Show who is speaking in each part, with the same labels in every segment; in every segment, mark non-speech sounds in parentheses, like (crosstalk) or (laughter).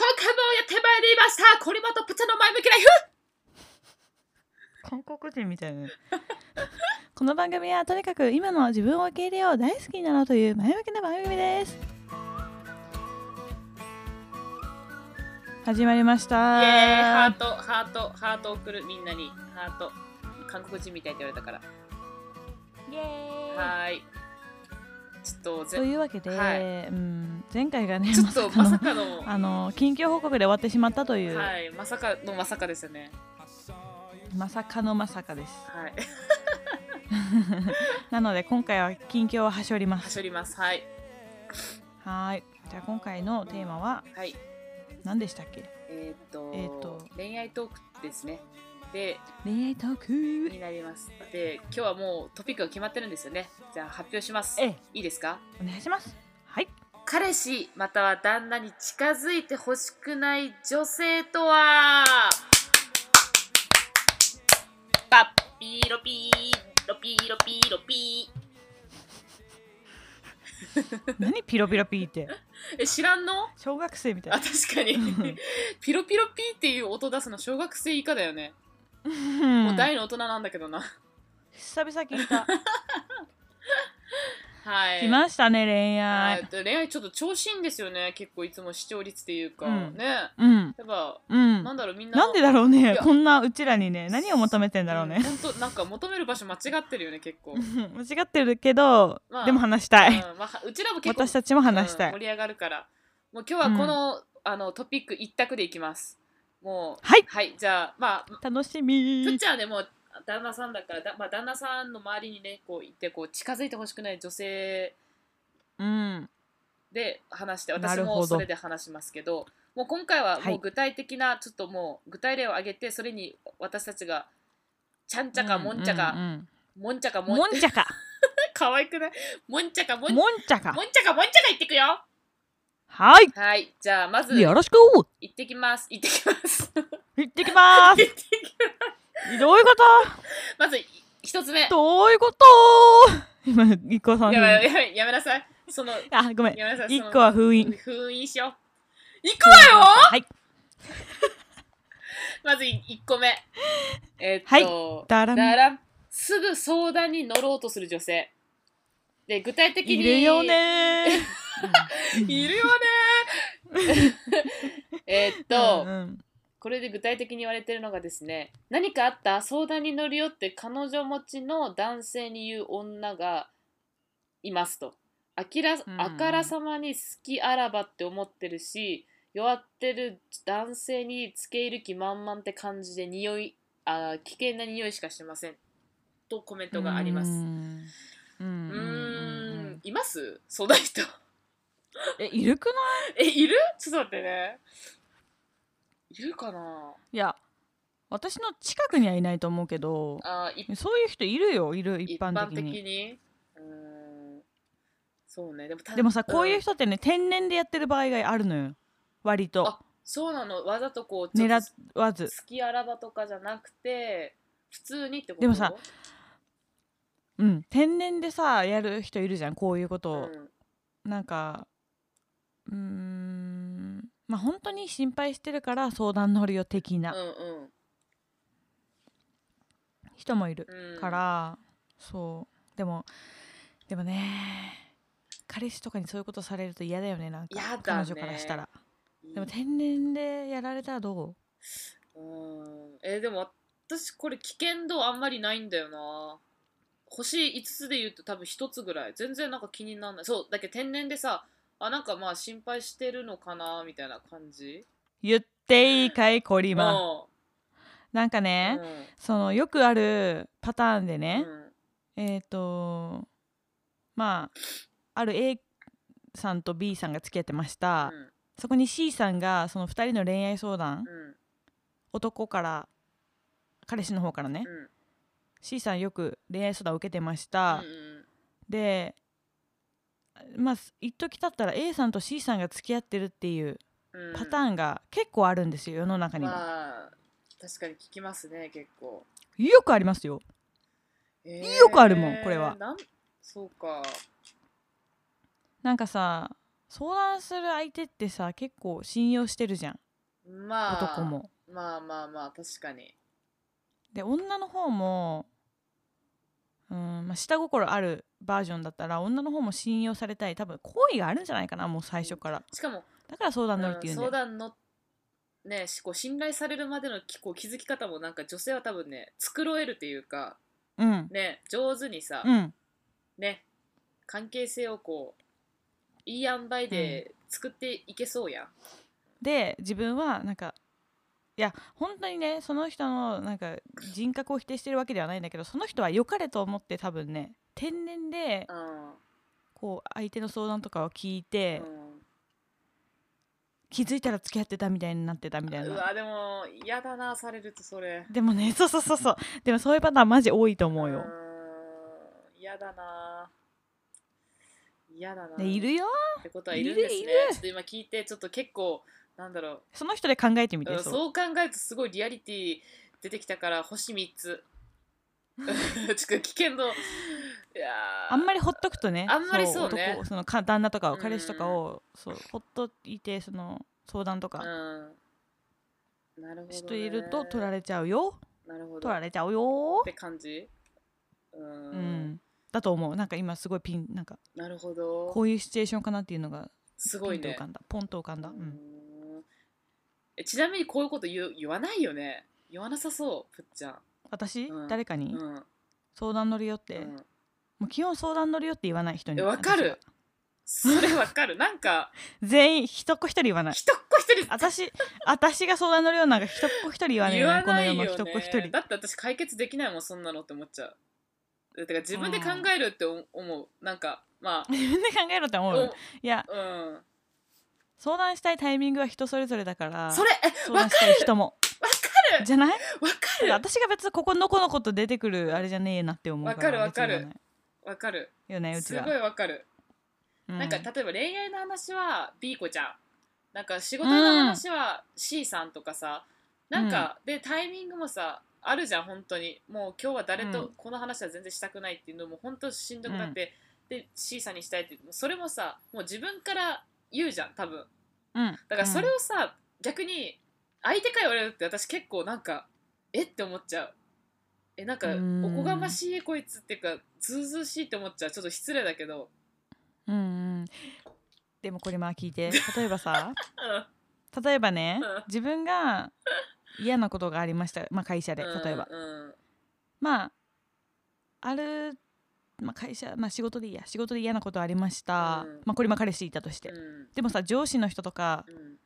Speaker 1: 手前でいましたこれまたプチャの前向きな
Speaker 2: 韓国人みたいな (laughs) この番組はとにかく今の自分を受け入れよう大好きになろうという前向きな番組です始まりまし
Speaker 1: イエーイハ
Speaker 2: た
Speaker 1: ートハートハート送るみんなにハート韓国人みたいって言われたから
Speaker 2: イエーイ
Speaker 1: はーいちょっと
Speaker 2: と
Speaker 1: ぜ
Speaker 2: いうわけで、
Speaker 1: はい
Speaker 2: うん、前回がね
Speaker 1: ちょっとまさ
Speaker 2: の
Speaker 1: かの
Speaker 2: あの近況報告で終わってしまったという、
Speaker 1: はいまさかのまさかですよね
Speaker 2: まさかのまさかです
Speaker 1: はい
Speaker 2: なので今回は近況をはしょりま
Speaker 1: は
Speaker 2: す
Speaker 1: しょりますはい
Speaker 2: はーいじゃあ今回のテーマは
Speaker 1: はい
Speaker 2: 何でしたっけ
Speaker 1: えーっと,、
Speaker 2: えーっと
Speaker 1: 恋愛トークですねで
Speaker 2: 恋愛トーク
Speaker 1: になりますで今日はもうトピックが決まってるんですよねじゃあ発表します
Speaker 2: ええ
Speaker 1: いいですか
Speaker 2: お願いしますはい
Speaker 1: 彼氏または旦那に近づいてほしくない女性とはパッピーロピーロピーロピーロピ
Speaker 2: 何ピロピロピーっ
Speaker 1: ー
Speaker 2: て
Speaker 1: え知らんのあ
Speaker 2: 小学生みたいな
Speaker 1: 確か
Speaker 2: (laughs)
Speaker 1: にピロピロピーっていう音出すの小学生以下だよね、もう
Speaker 2: うん
Speaker 1: 大の大人なんだけどな
Speaker 2: 久々聞い
Speaker 1: (laughs)
Speaker 2: た
Speaker 1: はい
Speaker 2: 来ましたね恋
Speaker 1: はい
Speaker 2: 愛
Speaker 1: で恋愛ちょっと調子いいんですよね結構いつも視聴率っていうか、
Speaker 2: うん
Speaker 1: ね
Speaker 2: うん
Speaker 1: やっぱ
Speaker 2: うん
Speaker 1: なんだろうみんな
Speaker 2: なんでだろう
Speaker 1: い
Speaker 2: ね
Speaker 1: や
Speaker 2: こんなうちらにね何を求めてんだろうね
Speaker 1: 本当なんか求める場所間違ってるよね結構、
Speaker 2: うん間違ってるけど
Speaker 1: まあ
Speaker 2: でも話したい
Speaker 1: うんまあ、うちらも結構
Speaker 2: 私たちも話した
Speaker 1: うん盛
Speaker 2: い
Speaker 1: り上がるからもう今日はこの,、あのトピック一択でいきますもう
Speaker 2: はい
Speaker 1: はいじゃあまあ
Speaker 2: 楽し
Speaker 1: プッ
Speaker 2: み
Speaker 1: チャーでもう旦那さんだからだ、まあ、旦那さんの周りにねこう行ってこう近づいてほしくない女性
Speaker 2: うん
Speaker 1: で話して
Speaker 2: な
Speaker 1: 私
Speaker 2: るほど
Speaker 1: もそれで話しますけどもう今回は
Speaker 2: はい
Speaker 1: もう具体的な、ちょっともう具体例を挙げてそれに私たちがちゃんちゃかもんちゃ
Speaker 2: う
Speaker 1: か、
Speaker 2: ん
Speaker 1: もんちゃか
Speaker 2: うん
Speaker 1: もん
Speaker 2: もんちゃか
Speaker 1: 可愛くないもんちゃかもん
Speaker 2: も
Speaker 1: も
Speaker 2: ん
Speaker 1: んち
Speaker 2: ちゃか
Speaker 1: ゃかもんちゃか行ってくよ
Speaker 2: はい
Speaker 1: はいじゃあまず
Speaker 2: よ
Speaker 1: 行
Speaker 2: ろしく
Speaker 1: ってきます行ってきます
Speaker 2: 行ってきま
Speaker 1: 行
Speaker 2: す
Speaker 1: ってき
Speaker 2: どういうこ
Speaker 1: まずい一つ目や
Speaker 2: とどういうこと今一個さ
Speaker 1: ば
Speaker 2: ん
Speaker 1: いやばいやめなさいその
Speaker 2: あごめん
Speaker 1: やめなさい
Speaker 2: 一
Speaker 1: その
Speaker 2: 個は封印
Speaker 1: 封印しよう行くわよ
Speaker 2: はい
Speaker 1: まずい一個目え
Speaker 2: は
Speaker 1: っと、
Speaker 2: だらん
Speaker 1: だらんすぐ相談に乗ろうとする女性で具体的に
Speaker 2: いるよね
Speaker 1: いるよ
Speaker 2: (laughs)
Speaker 1: ねえっと、
Speaker 2: うんうん
Speaker 1: これで具体的に言われてるのがですね何かあった相談に乗るよって彼女持ちの男性に言う女がいますとあきら,、
Speaker 2: ん
Speaker 1: あからさまに好きあらばって思ってるし弱ってる男性につけ入る気満々って感じで匂いあ危険な匂いしかしてませんとコメントがあります
Speaker 2: うー
Speaker 1: うん
Speaker 2: うんう
Speaker 1: ー
Speaker 2: ん
Speaker 1: ん
Speaker 2: うんうん
Speaker 1: いますそんな人 (laughs)
Speaker 2: えいるくな
Speaker 1: え
Speaker 2: い
Speaker 1: いるちょっと待ってねいるかない
Speaker 2: や私の近くにはいないと思うけど
Speaker 1: あい
Speaker 2: そういう人いるよいる一
Speaker 1: 一
Speaker 2: 般
Speaker 1: 般的
Speaker 2: 的に
Speaker 1: にうーんそうねでもた
Speaker 2: でもさこういうん人ってね天然でやってる場合があるのよ割と
Speaker 1: あそうなのわざとこうちょっと
Speaker 2: 狙わず
Speaker 1: 好きあらばとかじゃなくて普通にってこと
Speaker 2: でもさうん天然でさやる人いるじゃんこういうこと
Speaker 1: う
Speaker 2: を、
Speaker 1: ん
Speaker 2: なんかうーんまあ本当に心配してるから相談乗るよ的
Speaker 1: う
Speaker 2: なん人もいる、
Speaker 1: うんうん
Speaker 2: からそうでもでもね彼氏とかにそういうことされると嫌だよねなんか
Speaker 1: やだね
Speaker 2: 彼女からしたらで
Speaker 1: で
Speaker 2: も天然でやられたらどう
Speaker 1: うんえーでも私これ危険度あんまりないんだよな星5つで言うと多分1つぐらい全然なんか気にならないそうだけど天然でさあなんかまあ心配してるのかなみたいな感じ
Speaker 2: 言っていいかいコリマン
Speaker 1: も
Speaker 2: なんか
Speaker 1: う
Speaker 2: ね、
Speaker 1: ん
Speaker 2: そのよくあるパターンでね、
Speaker 1: うん
Speaker 2: えっ、とまあある A さんと B さんが付き合ってました、
Speaker 1: うん
Speaker 2: そこに C さんがその2人の恋愛相
Speaker 1: う
Speaker 2: 談、
Speaker 1: ん
Speaker 2: 男から彼氏の方からね、
Speaker 1: うん
Speaker 2: C さんよく恋愛相談を受けてました、でまあ一時経ったら A さんと C さんが付き合ってるっていう
Speaker 1: うんうん、
Speaker 2: パタ
Speaker 1: ン
Speaker 2: ーンが結構あるんですよ世の中には、
Speaker 1: まあ、確かに聞きますね結構、
Speaker 2: よくありますよ
Speaker 1: え
Speaker 2: よくあるもんこれは
Speaker 1: なんそうか
Speaker 2: なんかさ相談する相手ってさ結構信用してるじゃん
Speaker 1: まあ
Speaker 2: 男も。
Speaker 1: まあまあまあ確かに
Speaker 2: で女の方もうん、まあ、下心あるバージョンだったら女の方も信用されたい多分好意があるんじゃないかなもう最初から
Speaker 1: しかも、
Speaker 2: だから相談乗りっ
Speaker 1: う
Speaker 2: てい
Speaker 1: ん
Speaker 2: うんだ
Speaker 1: 相
Speaker 2: よ、
Speaker 1: 談のねしこう信頼されるまでのきこう気づき方もなんか女性は多分ね繕えるっていうか
Speaker 2: うん、うん
Speaker 1: ね上手にさ、
Speaker 2: うん
Speaker 1: ね関係性をこういい塩梅で作っていけそうやん、
Speaker 2: で自分はなんかいや本当にねその人のなんか人格を否定してるわけではないんだけどその人は良かれと思って多分ね天然で
Speaker 1: うん
Speaker 2: こう相手の相談とかを聞いて、
Speaker 1: うん
Speaker 2: 気づいたら付き合ってたみたいになってたみたいうな
Speaker 1: わでも嫌だなされるとそれ
Speaker 2: でもね (laughs) そうそうそうそうでもそういうパターンマジ多いと思うよ、
Speaker 1: ーん嫌だな嫌だな
Speaker 2: でいるよ
Speaker 1: ってことはいるんですね
Speaker 2: いるいる
Speaker 1: ちょっと今聞いてちょっと結構なんだろ
Speaker 2: その人で考えてみ
Speaker 1: う、うん
Speaker 2: て
Speaker 1: そう
Speaker 2: う
Speaker 1: 考えるとすごいリアリティ出てきたから星3つ (laughs) ちょっと危険度いやー
Speaker 2: あんまりほっとくとね
Speaker 1: あんまりそうね
Speaker 2: 男をそのか旦那とかを
Speaker 1: うん
Speaker 2: 彼氏とかをそうほっといてその相談とか
Speaker 1: うんなるほど、ね、
Speaker 2: していると取られちゃうよ
Speaker 1: なるほど
Speaker 2: 取られちゃうよ
Speaker 1: って感じうーん
Speaker 2: うん、だと思うなんか今すごいピンなんか
Speaker 1: なるほど
Speaker 2: こういうシチュエーションかなっていうのが
Speaker 1: すご
Speaker 2: ピ
Speaker 1: い
Speaker 2: ンと浮
Speaker 1: ね
Speaker 2: かんだ、ポンと浮かんだ、う
Speaker 1: うー
Speaker 2: ん、
Speaker 1: んえちなみにこういうこと言う言わないよね言わなさそうぷっちゃん
Speaker 2: 私、
Speaker 1: うん
Speaker 2: 誰か
Speaker 1: う
Speaker 2: に
Speaker 1: ん、うん
Speaker 2: 相談乗るよって、もう基本相談乗るよって言わない人に
Speaker 1: えわか
Speaker 2: 私は
Speaker 1: るそれわかるなん
Speaker 2: (laughs)
Speaker 1: か
Speaker 2: 全員一っ子一人言わない
Speaker 1: 一っ子一人 (laughs)
Speaker 2: 私私が相談乗るよなんか一っ子一人言わない
Speaker 1: 言
Speaker 2: よね
Speaker 1: わないよ
Speaker 2: この
Speaker 1: ね
Speaker 2: 世の一っ子一人
Speaker 1: だって私解決できないもんそんなのって思っちゃうだから自分で考えるって思思うなんかまあ
Speaker 2: 自分で考えろって思うよいや
Speaker 1: おうん
Speaker 2: 相談したいタイミングは人それぞれだから
Speaker 1: それえ
Speaker 2: 相
Speaker 1: わ
Speaker 2: 談したい人も
Speaker 1: わ
Speaker 2: かるじゃない
Speaker 1: わ
Speaker 2: だから
Speaker 1: かる
Speaker 2: 私が別にここのこのこと出てくるあれじゃねえなって思うから
Speaker 1: わかるわかるわかる
Speaker 2: 別に言わないよねうち
Speaker 1: す
Speaker 2: ら
Speaker 1: ごいわかる
Speaker 2: うん
Speaker 1: なんか例えば恋愛の話は B 子ちゃんなんか仕事の話は C さんとかさ、なんか、でタイミングもさあるじゃん本当にもう今日は誰
Speaker 2: う
Speaker 1: と
Speaker 2: ん
Speaker 1: この話は全然したくないっていうのも本当しんどくなって、で C さんにしたいってそれもさもう自分から言うじゃん多分
Speaker 2: うん
Speaker 1: だからそれ
Speaker 2: を
Speaker 1: をさ、逆に相手から言われるって私結構なんかえって思っちゃうえなんか
Speaker 2: うん
Speaker 1: おこがましいこいつっていうかずうずうしいって思っちゃうちょっと失礼だけど
Speaker 2: うんうんでもこれまあ聞いて例えばさ
Speaker 1: (laughs) う
Speaker 2: 例えばね
Speaker 1: うん
Speaker 2: 自分が嫌なことがありました、まあ、会社で
Speaker 1: ん
Speaker 2: 例えば、
Speaker 1: うん
Speaker 2: まあある、まあ、会社、まあ、仕事でいいや仕事で嫌なことありました、
Speaker 1: うん
Speaker 2: まあ、これ今彼氏いたとして、
Speaker 1: うん
Speaker 2: でもさ上司の人とか
Speaker 1: うん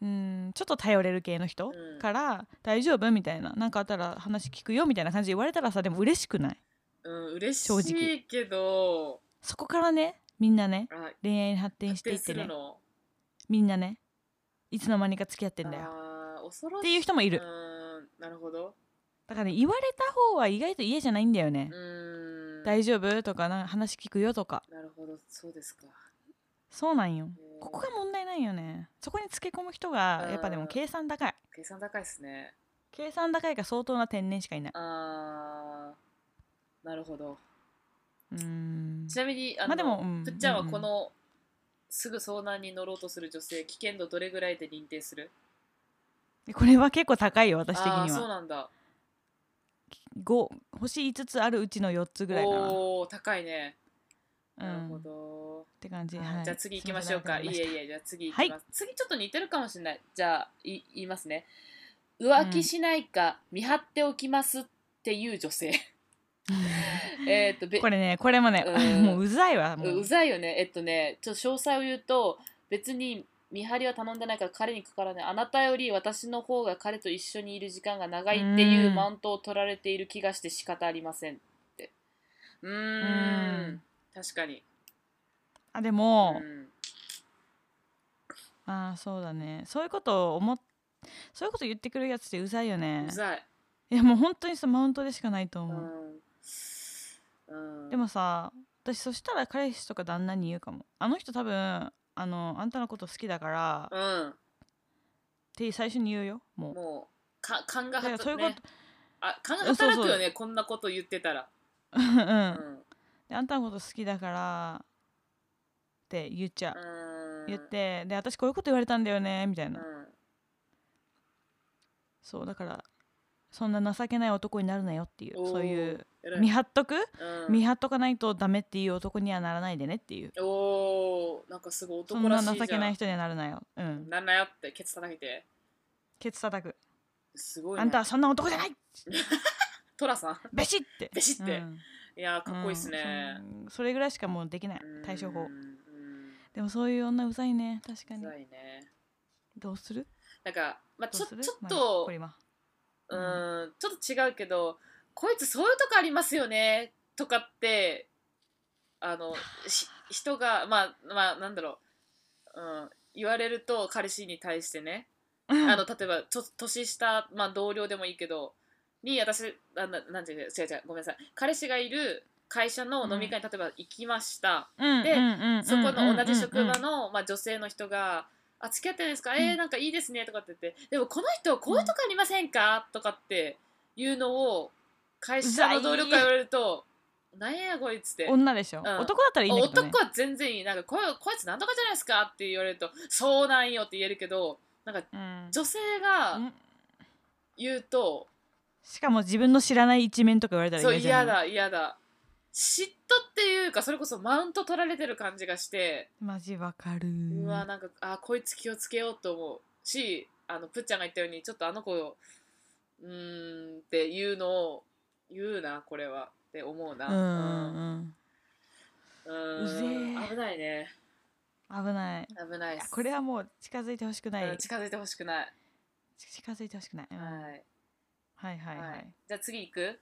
Speaker 2: うんちょっと頼れる系の人
Speaker 1: うん
Speaker 2: から「大丈夫?」みたいな「なんかあったら話聞くよ」みたいな感じで言われたらさでも嬉しくない
Speaker 1: うん、嬉し
Speaker 2: 正
Speaker 1: い
Speaker 2: 直
Speaker 1: けど、
Speaker 2: そこからねみんなね
Speaker 1: あ、
Speaker 2: 恋愛に発展していっ
Speaker 1: 発
Speaker 2: て
Speaker 1: 展する
Speaker 2: ね
Speaker 1: の。
Speaker 2: みんなねいつの間にか付き合ってんだよ
Speaker 1: あー恐ろし
Speaker 2: っていう人もいる
Speaker 1: うーん、なるほど。
Speaker 2: だからね言われた方は意外と嫌じゃないんだよ
Speaker 1: う
Speaker 2: ね、
Speaker 1: ーん。
Speaker 2: 大丈夫とかなんか話聞くよとか
Speaker 1: なるほど、そうですか。
Speaker 2: そうなんよ
Speaker 1: へー
Speaker 2: ここが問題ないよねそこにつけ込む人が
Speaker 1: うん
Speaker 2: やっぱでも計算高い
Speaker 1: 計算高いですね。
Speaker 2: 計算高いが相当な天然しかいない
Speaker 1: あー、なるほど。
Speaker 2: うーん
Speaker 1: ちなみに、あの、
Speaker 2: まあでもうん
Speaker 1: ぷっちゃんはこ
Speaker 2: う
Speaker 1: の、すぐ遭難に乗ろうとする女性、危険度どれぐらいで認定する
Speaker 2: これは結構高いよ私的
Speaker 1: あ
Speaker 2: に
Speaker 1: ー、そう
Speaker 2: は
Speaker 1: なんだ。
Speaker 2: 5星5つあるうちの4つぐらいかな
Speaker 1: おー、高いね。
Speaker 2: うん
Speaker 1: なるほど。
Speaker 2: って感じ、
Speaker 1: はい
Speaker 2: はい
Speaker 1: じゃあ次行きましょうか。
Speaker 2: す
Speaker 1: いえ
Speaker 2: ま
Speaker 1: い
Speaker 2: せん
Speaker 1: え、じゃあ次行きます。
Speaker 2: は
Speaker 1: 次ちょっと似てるかもしれない。じゃあい言いますね。浮気しないか見張っておきますっていう女
Speaker 2: (laughs)
Speaker 1: 性。えっとべ
Speaker 2: これねこれもね、
Speaker 1: うん
Speaker 2: もううざいわも
Speaker 1: う
Speaker 2: う
Speaker 1: うざいよね。えっとね、ちょっと詳細を言うと、別に見張りは頼んでないから彼にかからない。あなたより私の方が彼と一緒にいる時間が長いっていう
Speaker 2: うん
Speaker 1: マウントを取られている気がして仕方ありませんって。うー、
Speaker 2: うんん
Speaker 1: 確かに。
Speaker 2: あで
Speaker 1: う
Speaker 2: も、
Speaker 1: ん、
Speaker 2: ああそうだねそういうことを思っそういうこと言ってくるやつってうざいよね
Speaker 1: うざい。
Speaker 2: いやもう本当にさマウントでしかないと思う、
Speaker 1: うんうん
Speaker 2: でもさ私そしたら彼氏とか旦那に言うかもあの人多分あのあんたのこと好きだからっ
Speaker 1: うん、
Speaker 2: て最初に言うよもう
Speaker 1: もうか勘が
Speaker 2: だから
Speaker 1: 働
Speaker 2: そうい
Speaker 1: く、
Speaker 2: うこ
Speaker 1: ね、あ勘が働くよねこんなこと言ってたら、
Speaker 2: と、 (laughs) うん
Speaker 1: う
Speaker 2: うん
Speaker 1: ん
Speaker 2: であんたのこと好きだからって言っちゃう、
Speaker 1: う
Speaker 2: 言って、で私こういうこと言われたんだよねみたいうな、
Speaker 1: ん
Speaker 2: そうだからそんな情けない男になるなよっていう
Speaker 1: おー
Speaker 2: そういう
Speaker 1: 偉い
Speaker 2: 見張っとく、
Speaker 1: うん
Speaker 2: 見張っとかないとダメっていう男にはならないでねっていう
Speaker 1: おーなんかすごい
Speaker 2: そ
Speaker 1: 男
Speaker 2: ん
Speaker 1: らし
Speaker 2: な
Speaker 1: いじゃん
Speaker 2: 情けない人にはなるなようん
Speaker 1: なんなよってケツ叩いて
Speaker 2: ケツ叩く
Speaker 1: すごい、ね、
Speaker 2: あんたはそんな男じゃない
Speaker 1: トラさん
Speaker 2: ベシって
Speaker 1: ベシって
Speaker 2: うん
Speaker 1: いやーかっこいいっすね、
Speaker 2: うんそそれぐらいしかもうできない対処
Speaker 1: うん
Speaker 2: 法
Speaker 1: うん
Speaker 2: でもそういう女うざいね確か
Speaker 1: う
Speaker 2: に
Speaker 1: ざいね
Speaker 2: どうする
Speaker 1: なんか、まあ、ち
Speaker 2: ど
Speaker 1: ょ
Speaker 2: う
Speaker 1: ち
Speaker 2: す
Speaker 1: ょ
Speaker 2: る
Speaker 1: っ
Speaker 2: まあ
Speaker 1: と
Speaker 2: こ、れ今
Speaker 1: うんちょっと違うけどこいつそういうとこありますよねとかってあのし人がまあまあなんだろう、うん、言われると彼氏に対してねあの例えばちょ年下、まあ、同僚でもいいけどに私あななんていうの違う違うごめんなさい彼氏がいる会社の飲み会に例えば行きました、でそこの同じ職場の、まあ、女性の人が「あ付き合ってないですかえ
Speaker 2: う
Speaker 1: ー、
Speaker 2: ん
Speaker 1: なんかいいですね」とかって言って「でもこの人こういうとこありませんか?」とかっていうのを会社の同僚から言われると「なんやこいつ」って。
Speaker 2: 女でしょ、
Speaker 1: ん
Speaker 2: 男だったらいいんだけど、ね、
Speaker 1: 男は全然いいなんかこいこいつなんとかじゃないですかって言われると「そうなんよ」って言えるけどなんか
Speaker 2: うん
Speaker 1: 女性が
Speaker 2: うん
Speaker 1: 言うと
Speaker 2: しかも自分の知らない一面とか言われた
Speaker 1: そ
Speaker 2: ら
Speaker 1: う
Speaker 2: 嫌じ
Speaker 1: 嫌
Speaker 2: ゃな
Speaker 1: だ
Speaker 2: い
Speaker 1: 嫌だ嫉妬っていうかそれこそマウント取られてる感じがして
Speaker 2: マジわかる
Speaker 1: うわなんかあこいつ気をつけようと思うしあのぷっちゃんが言ったようにちょっとあの子をうーんっていうのを言うなこれはって思う
Speaker 2: うん
Speaker 1: な
Speaker 2: うん
Speaker 1: うんう
Speaker 2: うぜ
Speaker 1: ーん
Speaker 2: え
Speaker 1: 危ないね
Speaker 2: うん危ない
Speaker 1: 危ない
Speaker 2: い
Speaker 1: っ
Speaker 2: や
Speaker 1: す
Speaker 2: これはもう近づいてほしくない、
Speaker 1: うん近づいてほしくない、
Speaker 2: ち近づいてほしくない、うん
Speaker 1: はい
Speaker 2: はいはいはい
Speaker 1: はいじゃあ次行く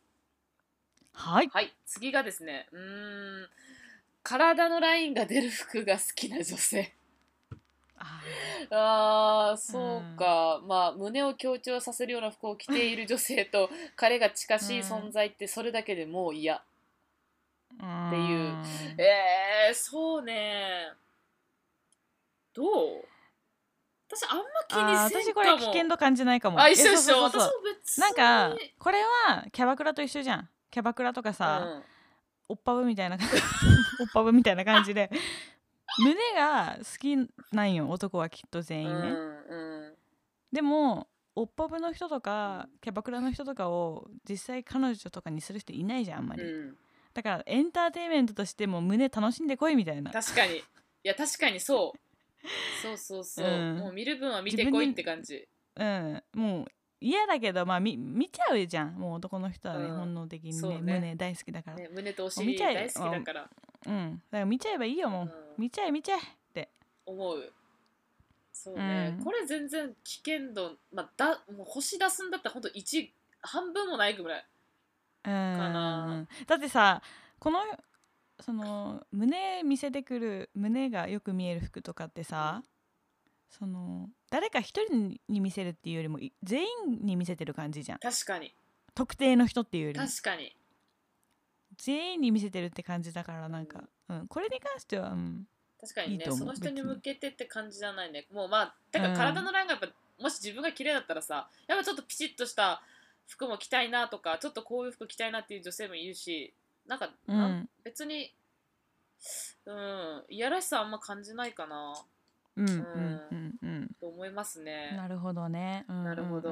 Speaker 2: はい
Speaker 1: はい次がですねうーん体のラインが出る服が好きな女性
Speaker 2: あ
Speaker 1: あーそうか、まあ胸を強調させるような服を着ている女性 (laughs) と彼が近しい存在ってそれだけでもう嫌、
Speaker 2: ー
Speaker 1: っていう
Speaker 2: うん
Speaker 1: えー、そうねどう私あんま気
Speaker 2: あー
Speaker 1: にせ
Speaker 2: 私
Speaker 1: んか
Speaker 2: こ
Speaker 1: も
Speaker 2: れ危険度感じないかも
Speaker 1: あ一緒一緒
Speaker 2: えそうそ
Speaker 1: 私も
Speaker 2: うそうそう
Speaker 1: 別に
Speaker 2: なんかこれはキャバクラと一緒じゃんキャバクラとかさ、
Speaker 1: うん
Speaker 2: おっぱぶみたいな感じ (laughs) おっぱぶみたいな感じで胸が好きなんよ男はきっと全員ね、
Speaker 1: うんうん
Speaker 2: でもおっぱぶの人とかキャバクラの人とかを実際彼女とかにする人いないじゃんあんまり、
Speaker 1: うん
Speaker 2: だからエンターテインメントとしても胸楽しんでこいみたいな
Speaker 1: 確かにいや確かにそうそうそうそう、
Speaker 2: うん
Speaker 1: もう見る分は見てこいって感じ
Speaker 2: うんもう嫌だけどまあ見見ちゃうじゃんもう男の人はね、
Speaker 1: うん
Speaker 2: 本能的に
Speaker 1: そうね
Speaker 2: ね胸大好きだから、
Speaker 1: ね、胸とお
Speaker 2: もう
Speaker 1: 尻
Speaker 2: 見ちゃえ
Speaker 1: 大好きだから、
Speaker 2: うんだから見ちゃえばいいよも
Speaker 1: う
Speaker 2: う、
Speaker 1: ん
Speaker 2: 見ちゃえ見ちゃえって
Speaker 1: 思うそうね、
Speaker 2: うん
Speaker 1: これ全然危険度、まあ、だもう星出すんだったら本当一半分もないぐらい
Speaker 2: うん
Speaker 1: な
Speaker 2: だってさこのその胸見せてくる胸がよく見える服とかってさその誰か一人に見せるっていうよりもい全員に見せてる感じじゃん
Speaker 1: 確かに
Speaker 2: 特定の人っていうよりも
Speaker 1: 確かに
Speaker 2: 全員に見せてるって感じだからなんか、うん、これに関しては、うん、
Speaker 1: 確かにね
Speaker 2: いいと思う
Speaker 1: その人に
Speaker 2: 別に
Speaker 1: 向けてって感じじゃないねもうまあてか
Speaker 2: うん
Speaker 1: 体のラインがやっぱ、もし自分が綺麗だったらさやっぱちょっとピチッとした服も着たいなとかちょっとこういう服着たいなっていう女性もいるしなんか、
Speaker 2: うん
Speaker 1: なん別にうんいやらしさあんま感じないかな
Speaker 2: うんうんうんうん
Speaker 1: と思いますね
Speaker 2: なるほどね、うんうんうんうん
Speaker 1: なるほど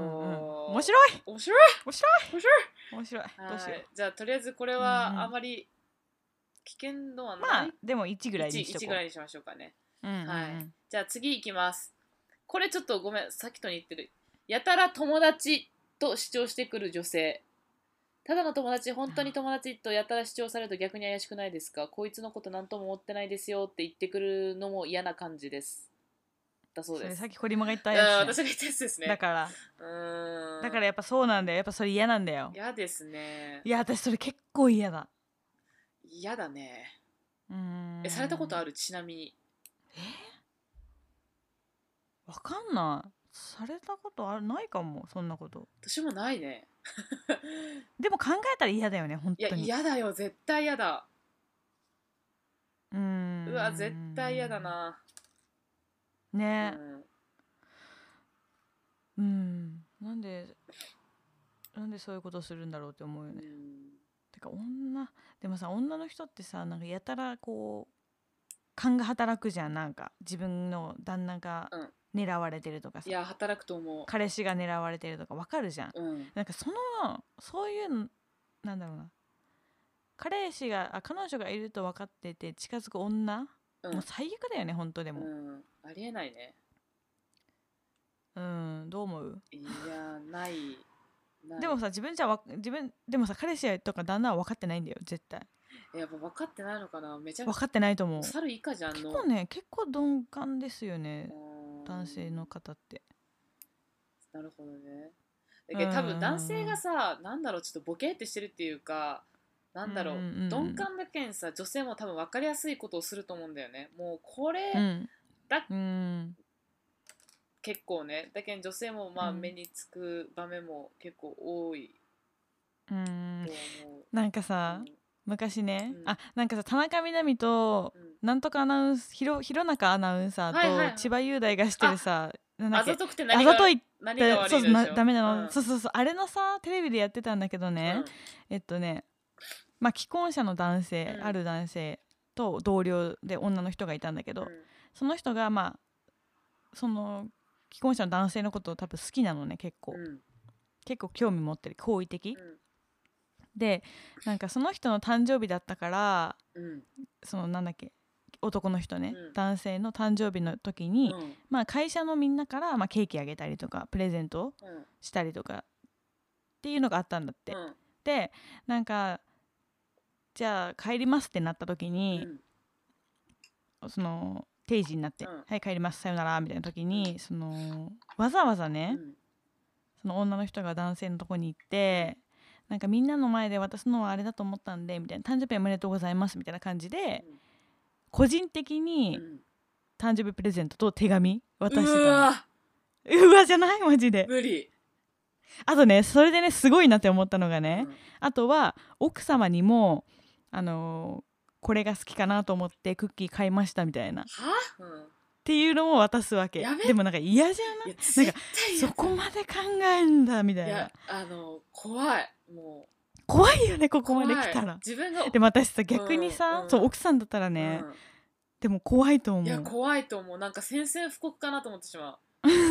Speaker 2: 面白い
Speaker 1: 面白い
Speaker 2: 面白い
Speaker 1: 面白い
Speaker 2: 面白いどうし
Speaker 1: は
Speaker 2: よ
Speaker 1: い、じゃあとりあえずこれ
Speaker 2: うんうん
Speaker 1: はあまり危険度は
Speaker 2: う
Speaker 1: な
Speaker 2: ま
Speaker 1: い
Speaker 2: あ、でも1ぐらい
Speaker 1: 一
Speaker 2: にしと
Speaker 1: 一
Speaker 2: こ
Speaker 1: ぐら
Speaker 2: う
Speaker 1: いにしましょうかね
Speaker 2: うんうんうん
Speaker 1: はいじゃあ次いきますこれちょっとごめんさっきと似てるやたら友達と主張してくる女性ただの友達本当に友達とやたら主張されると逆に怪しくないですかこいつのこと何とも思ってないですよって言ってくるのも嫌な感じですだそう
Speaker 2: そ
Speaker 1: で
Speaker 2: れ
Speaker 1: す
Speaker 2: さっき堀間が言った
Speaker 1: うん
Speaker 2: や
Speaker 1: 私
Speaker 2: つね、
Speaker 1: が言ったやつですね
Speaker 2: だから
Speaker 1: うーん
Speaker 2: だからやっぱそうなんだよやっぱそれ嫌なんだよ
Speaker 1: 嫌ですね
Speaker 2: いや私それ結構嫌だ
Speaker 1: 嫌だね
Speaker 2: うーん
Speaker 1: えされたこと
Speaker 2: る
Speaker 1: あるちなみに
Speaker 2: わかんないされたことあるないかもそんなこと
Speaker 1: 私もないね
Speaker 2: でも考えたら嫌だよね本
Speaker 1: いや
Speaker 2: 当に
Speaker 1: 嫌だよ絶対嫌だ
Speaker 2: うーん
Speaker 1: うわ絶対嫌だな、う
Speaker 2: ね
Speaker 1: ん、
Speaker 2: うんなんでなんでそういうことするんだろうって思う
Speaker 1: う
Speaker 2: よ
Speaker 1: ん
Speaker 2: ねてか女でもさ女の人ってさなんかやたらこう勘が働くじゃんなんか自分の旦那が
Speaker 1: うん
Speaker 2: 狙われてるとかさ、
Speaker 1: いや働くと思
Speaker 2: 彼氏が狙われてるとかわかるじゃん
Speaker 1: ううん
Speaker 2: なんかそのそういうのなんだろうな彼氏があ彼女がいると分かってて近づく女、
Speaker 1: うん
Speaker 2: もう最悪だよね本当で
Speaker 1: う
Speaker 2: も
Speaker 1: んありえないね
Speaker 2: うん、どう思う
Speaker 1: いやないない
Speaker 2: でもさ自分じゃわ自分でもさ彼氏とか旦那は分かってないんだよ絶対
Speaker 1: やっぱ分かってないのかなめちゃ
Speaker 2: 分
Speaker 1: くち
Speaker 2: かってないと思う
Speaker 1: ゃ猿以下じゃん
Speaker 2: 結
Speaker 1: の
Speaker 2: 構ね結構鈍感ですよね
Speaker 1: うん
Speaker 2: 男性の方って
Speaker 1: なるほどねだけど多分男性がさなんだろうちょっとボケってしてるっていうかなんだろう
Speaker 2: うんうんうん
Speaker 1: 鈍感だけんさ女性も多分分かりやすいことをすると思うんだよねもうこれ、
Speaker 2: うん
Speaker 1: だ
Speaker 2: うん
Speaker 1: 結構ねだけん女性もまあ
Speaker 2: うん
Speaker 1: 目につく場面も結構多い
Speaker 2: うん
Speaker 1: と思う、
Speaker 2: なんか
Speaker 1: う
Speaker 2: さ
Speaker 1: ん
Speaker 2: 昔ね、
Speaker 1: うん
Speaker 2: あなんかさ田中みな実と
Speaker 1: うん
Speaker 2: なんとかアナウンスひろ弘中アナウン
Speaker 1: は
Speaker 2: サ
Speaker 1: いはいは
Speaker 2: ー
Speaker 1: い
Speaker 2: と千葉雄大がしてるさ、なんだ
Speaker 1: あ
Speaker 2: っけ
Speaker 1: ざとくて
Speaker 2: あ
Speaker 1: 何が
Speaker 2: ざといっ
Speaker 1: 何が悪いの
Speaker 2: てそうそうな
Speaker 1: でしょ
Speaker 2: ダメなの、
Speaker 1: うん
Speaker 2: そうそうそうあれのさテレビでやってたんだけどね、えっとねまあ既婚者の男性、
Speaker 1: うん
Speaker 2: ある男性と同僚で女の人がいたんだけ
Speaker 1: う
Speaker 2: ど、
Speaker 1: ん
Speaker 2: その人がまあその既婚者の男性のことを多分好きなのね結構、
Speaker 1: うん
Speaker 2: 結構興味持ってる好意
Speaker 1: う
Speaker 2: 的、
Speaker 1: ん
Speaker 2: でなんかその人の誕生日だったから
Speaker 1: うん
Speaker 2: そのなんだっけ男の人ね、
Speaker 1: うん
Speaker 2: 男性の誕生日の時
Speaker 1: う
Speaker 2: に、
Speaker 1: ん
Speaker 2: まあ、会社のみんなから、まあ、ケーキあげたりとかプレゼント
Speaker 1: うん
Speaker 2: したりとかっていうのがあったんだって、
Speaker 1: うん
Speaker 2: でなんかじゃあ帰りますってなった時に、
Speaker 1: うん
Speaker 2: その定時になって、
Speaker 1: うん
Speaker 2: はい帰りますさよならみたいな時に、そのわざわざね、
Speaker 1: うん
Speaker 2: その女の人が男性のとこに行って、なんかみんなの前で私のはあれだと思ったんでみたいな誕生日おめでとうございますみたいな感じで、
Speaker 1: うん
Speaker 2: 個人的
Speaker 1: う
Speaker 2: に
Speaker 1: ん
Speaker 2: 誕生日プレゼントと手紙渡してた
Speaker 1: う
Speaker 2: のうわ
Speaker 1: わ
Speaker 2: (laughs) じゃないマジで
Speaker 1: 無理
Speaker 2: あとねそれでねすごいなって思ったのがね、
Speaker 1: うん
Speaker 2: あとは奥様にもあのーこれが好きかなと思ってクッキー買いましたみたいなっ
Speaker 1: はうん
Speaker 2: ていうのも渡すわけ
Speaker 1: やべ
Speaker 2: でもなんか嫌じゃ
Speaker 1: い
Speaker 2: な
Speaker 1: や
Speaker 2: い
Speaker 1: 絶対
Speaker 2: そこまで考えんだみた
Speaker 1: い
Speaker 2: いな
Speaker 1: やあの怖いもう
Speaker 2: 怖いよねここ
Speaker 1: 怖
Speaker 2: ま
Speaker 1: い
Speaker 2: で来たら
Speaker 1: 自分が
Speaker 2: でも私さ逆に
Speaker 1: う
Speaker 2: さ、
Speaker 1: んうん
Speaker 2: そう奥さんだったらね、
Speaker 1: うん
Speaker 2: でも怖いと思う
Speaker 1: いや怖いと思うなんか宣戦布告かなと思ってしま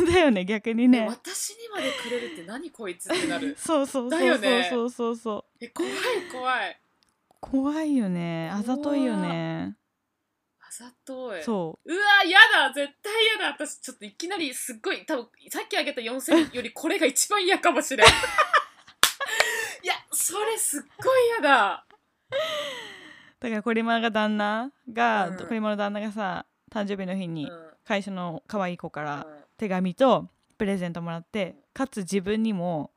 Speaker 2: だよね逆に
Speaker 1: う、ね、
Speaker 2: ね
Speaker 1: 私にまでくれるって何こいつってなる
Speaker 2: そうそう
Speaker 1: だ
Speaker 2: そう
Speaker 1: よね
Speaker 2: そうそうそう
Speaker 1: え怖い怖い
Speaker 2: 怖いよねあざといよね
Speaker 1: あざとい
Speaker 2: そう
Speaker 1: わやだ絶対やだ私ちょっといきなりすっごい多分さっきあげた4000よりこれが一番嫌かもしれ
Speaker 2: (laughs)
Speaker 1: んいやそれすっごい嫌だ
Speaker 2: うだからコリマが旦那が、
Speaker 1: うん
Speaker 2: コリマの旦那がさ誕生日の日
Speaker 1: うん
Speaker 2: に
Speaker 1: うん
Speaker 2: 会社の可愛い子から手紙とプレゼントもらってかつ自分にも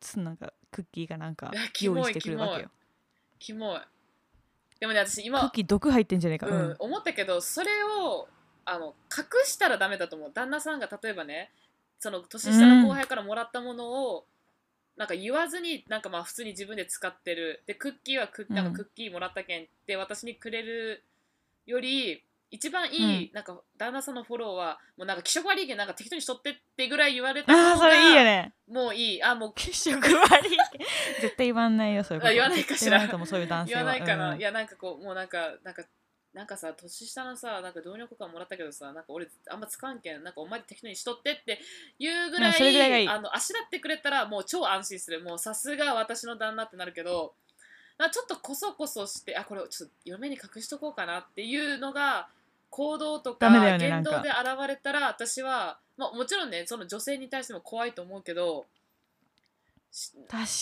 Speaker 2: つなんかクッキーかなんか
Speaker 1: いやキモ
Speaker 2: 用
Speaker 1: い
Speaker 2: 意してくるわけ
Speaker 1: キ
Speaker 2: よ
Speaker 1: キモいでもね私
Speaker 2: ク
Speaker 1: 今
Speaker 2: ッキー毒入ってんじゃねえか、
Speaker 1: うん、思ったけどそれをあの隠したらダメだと思う旦那さんが例えばねその年下の後輩からもらったものを、なんか言わずになんかまあ普通に自分で使ってるでクッキーはクッ,、なん
Speaker 2: うん
Speaker 1: かクッキーもらったけんって私にくれるより一番いい、なんか旦那さんのフォローはもうなんか気色悪いけんなんか適当にしとってってぐらい言われた
Speaker 2: ああ
Speaker 1: 方
Speaker 2: それいいよ
Speaker 1: が
Speaker 2: ね
Speaker 1: もういいあもう
Speaker 2: 気色悪い絶対言わんないよそういうこと
Speaker 1: あ言わないかしら
Speaker 2: 絶対言わないと思うそういう男性
Speaker 1: 言
Speaker 2: は
Speaker 1: わないかな、
Speaker 2: うん
Speaker 1: いやなんかこうもうなんかなんかなんかさ年下のさなんか同僚とかもらったけどさなんか俺あんま使わんけんなんかお前適当にしとってっていうぐらい,、
Speaker 2: うんそれぐらいがいい
Speaker 1: あのあしらってくれたらもう超安心するもうさすが私の旦那ってなるけどなんかちょっとこそこそしてあこれちょっと嫁に隠しとこうかなっていうのが行動とか
Speaker 2: ダメだよね
Speaker 1: 言
Speaker 2: なんか
Speaker 1: 動で現れたら私は、まあ、もちろんねその女性に対しても怖いと思うけどし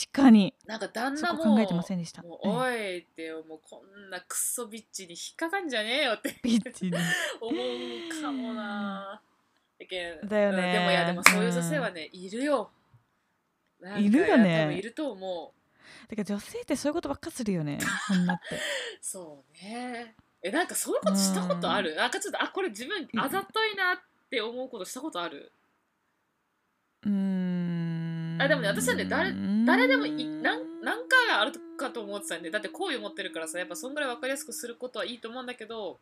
Speaker 2: 確かに
Speaker 1: なんか旦
Speaker 2: そ
Speaker 1: 那
Speaker 2: こ
Speaker 1: も
Speaker 2: 考えてませんでした
Speaker 1: もう
Speaker 2: うん
Speaker 1: おいってよもうこんなクソビッチに引っかかんじゃねえよって
Speaker 2: ビッチに
Speaker 1: 思うかもなだけん
Speaker 2: だよね
Speaker 1: うんでもいやでもそういう女性はね、いるよなんか
Speaker 2: いるよね
Speaker 1: や多分いると思う
Speaker 2: だから女性ってそういうことばっかするよね女って
Speaker 1: そうねえなんかそういうことしたことある、なんかちょっとあこれ自分あざといなって思うことしたことある、
Speaker 2: うーん
Speaker 1: あでもね私はね誰誰でもい何何回あるかと思ってたんでだって好意持ってるからさやっぱそんぐらい分かりやすくすることはいいと思うんだけど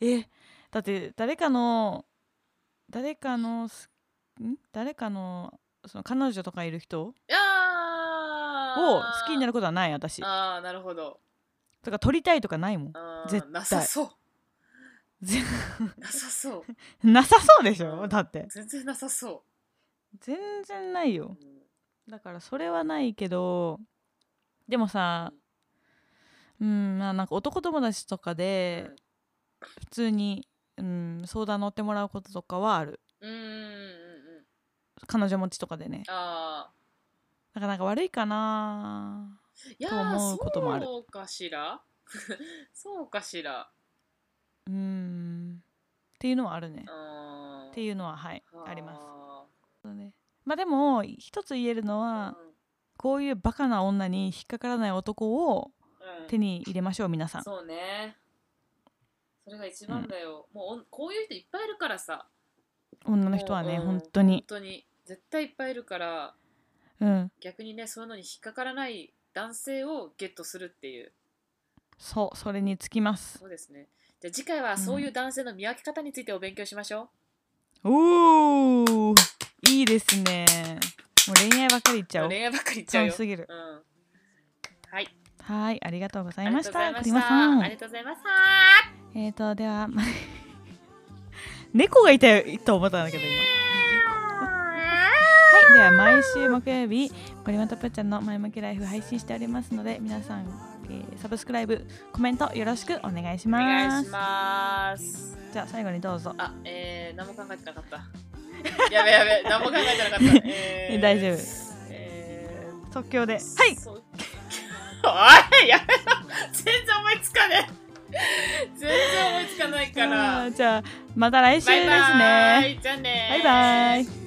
Speaker 2: えだって誰かの誰かのすん誰かのその彼女とかいる人を
Speaker 1: いやー
Speaker 2: 好きになることはない私
Speaker 1: ああなるほど
Speaker 2: とか撮りたいとかないもん
Speaker 1: あー
Speaker 2: 絶対
Speaker 1: なさそう
Speaker 2: ぜ
Speaker 1: なさそう
Speaker 2: (laughs) なさそうでしょだって
Speaker 1: 全然なさそ、
Speaker 2: 全然ないうよ
Speaker 1: うん
Speaker 2: だからそれはないけどでもさうんまあなんか男友達とかで普通に、うん、相談乗ってもらうこととかはある
Speaker 1: うんうんうんうん
Speaker 2: 彼女持ちとかでね
Speaker 1: あ
Speaker 2: だからなんか悪いかな
Speaker 1: ーいや
Speaker 2: と
Speaker 1: ー
Speaker 2: 思うこともある
Speaker 1: そうかしら (laughs) そうかしら
Speaker 2: うんっていうのはあるね
Speaker 1: っ
Speaker 2: って
Speaker 1: う
Speaker 2: いうのははいあります
Speaker 1: あ
Speaker 2: そうねまあでも一つ言える
Speaker 1: ー
Speaker 2: のはこういうバカな女に引っかからない男を
Speaker 1: うんうん
Speaker 2: 手に入れましょう皆さん
Speaker 1: そうねそれが一番だよ、もうおんこういう人いっぱいいるからさ
Speaker 2: 女の人はね
Speaker 1: うん
Speaker 2: 本当に
Speaker 1: 本当に絶対いっぱいいるから
Speaker 2: うん
Speaker 1: 逆にねそういうのに引っかからない男性をゲットするっていう
Speaker 2: そうそれにつきます
Speaker 1: そうですねじゃあ次回はそういう男性の見分け方についてお勉強しましょう、
Speaker 2: おおいいですねもう恋愛ばっかり言っちゃおう
Speaker 1: 恋愛ばっかり言っちゃうよ
Speaker 2: 楽しすぎる
Speaker 1: うん、はい
Speaker 2: はいありがとうござ
Speaker 1: あ
Speaker 2: いました
Speaker 1: りがとうございま
Speaker 2: 栗
Speaker 1: した
Speaker 2: 山さ
Speaker 1: あり
Speaker 2: ん
Speaker 1: がとうございました
Speaker 2: えーとでは (laughs) 猫がいたよと思ったんだけど今はい、では毎週木曜日、ゴリマとぷっちゃんの前向きライフ配信しておりますので、皆さん、えーサブスクライブ、コメントよろしくお願いし
Speaker 1: お
Speaker 2: ます。
Speaker 1: 願いします
Speaker 2: じゃあ最後にどうぞ。
Speaker 1: あ、えー、何も考えてなかった。 (laughs) やべやべ、何も考えてなかった。 (laughs) えー、
Speaker 2: 大丈夫。
Speaker 1: えー、
Speaker 2: 即興で。はい、
Speaker 1: そう (laughs) おい、やめろ。全然思いつかねえ。 (laughs) 全然思いつかないから。
Speaker 2: あーじゃあまた来週
Speaker 1: バ
Speaker 2: です
Speaker 1: イ
Speaker 2: ね。
Speaker 1: バーイ。じゃあねー。
Speaker 2: バイバイ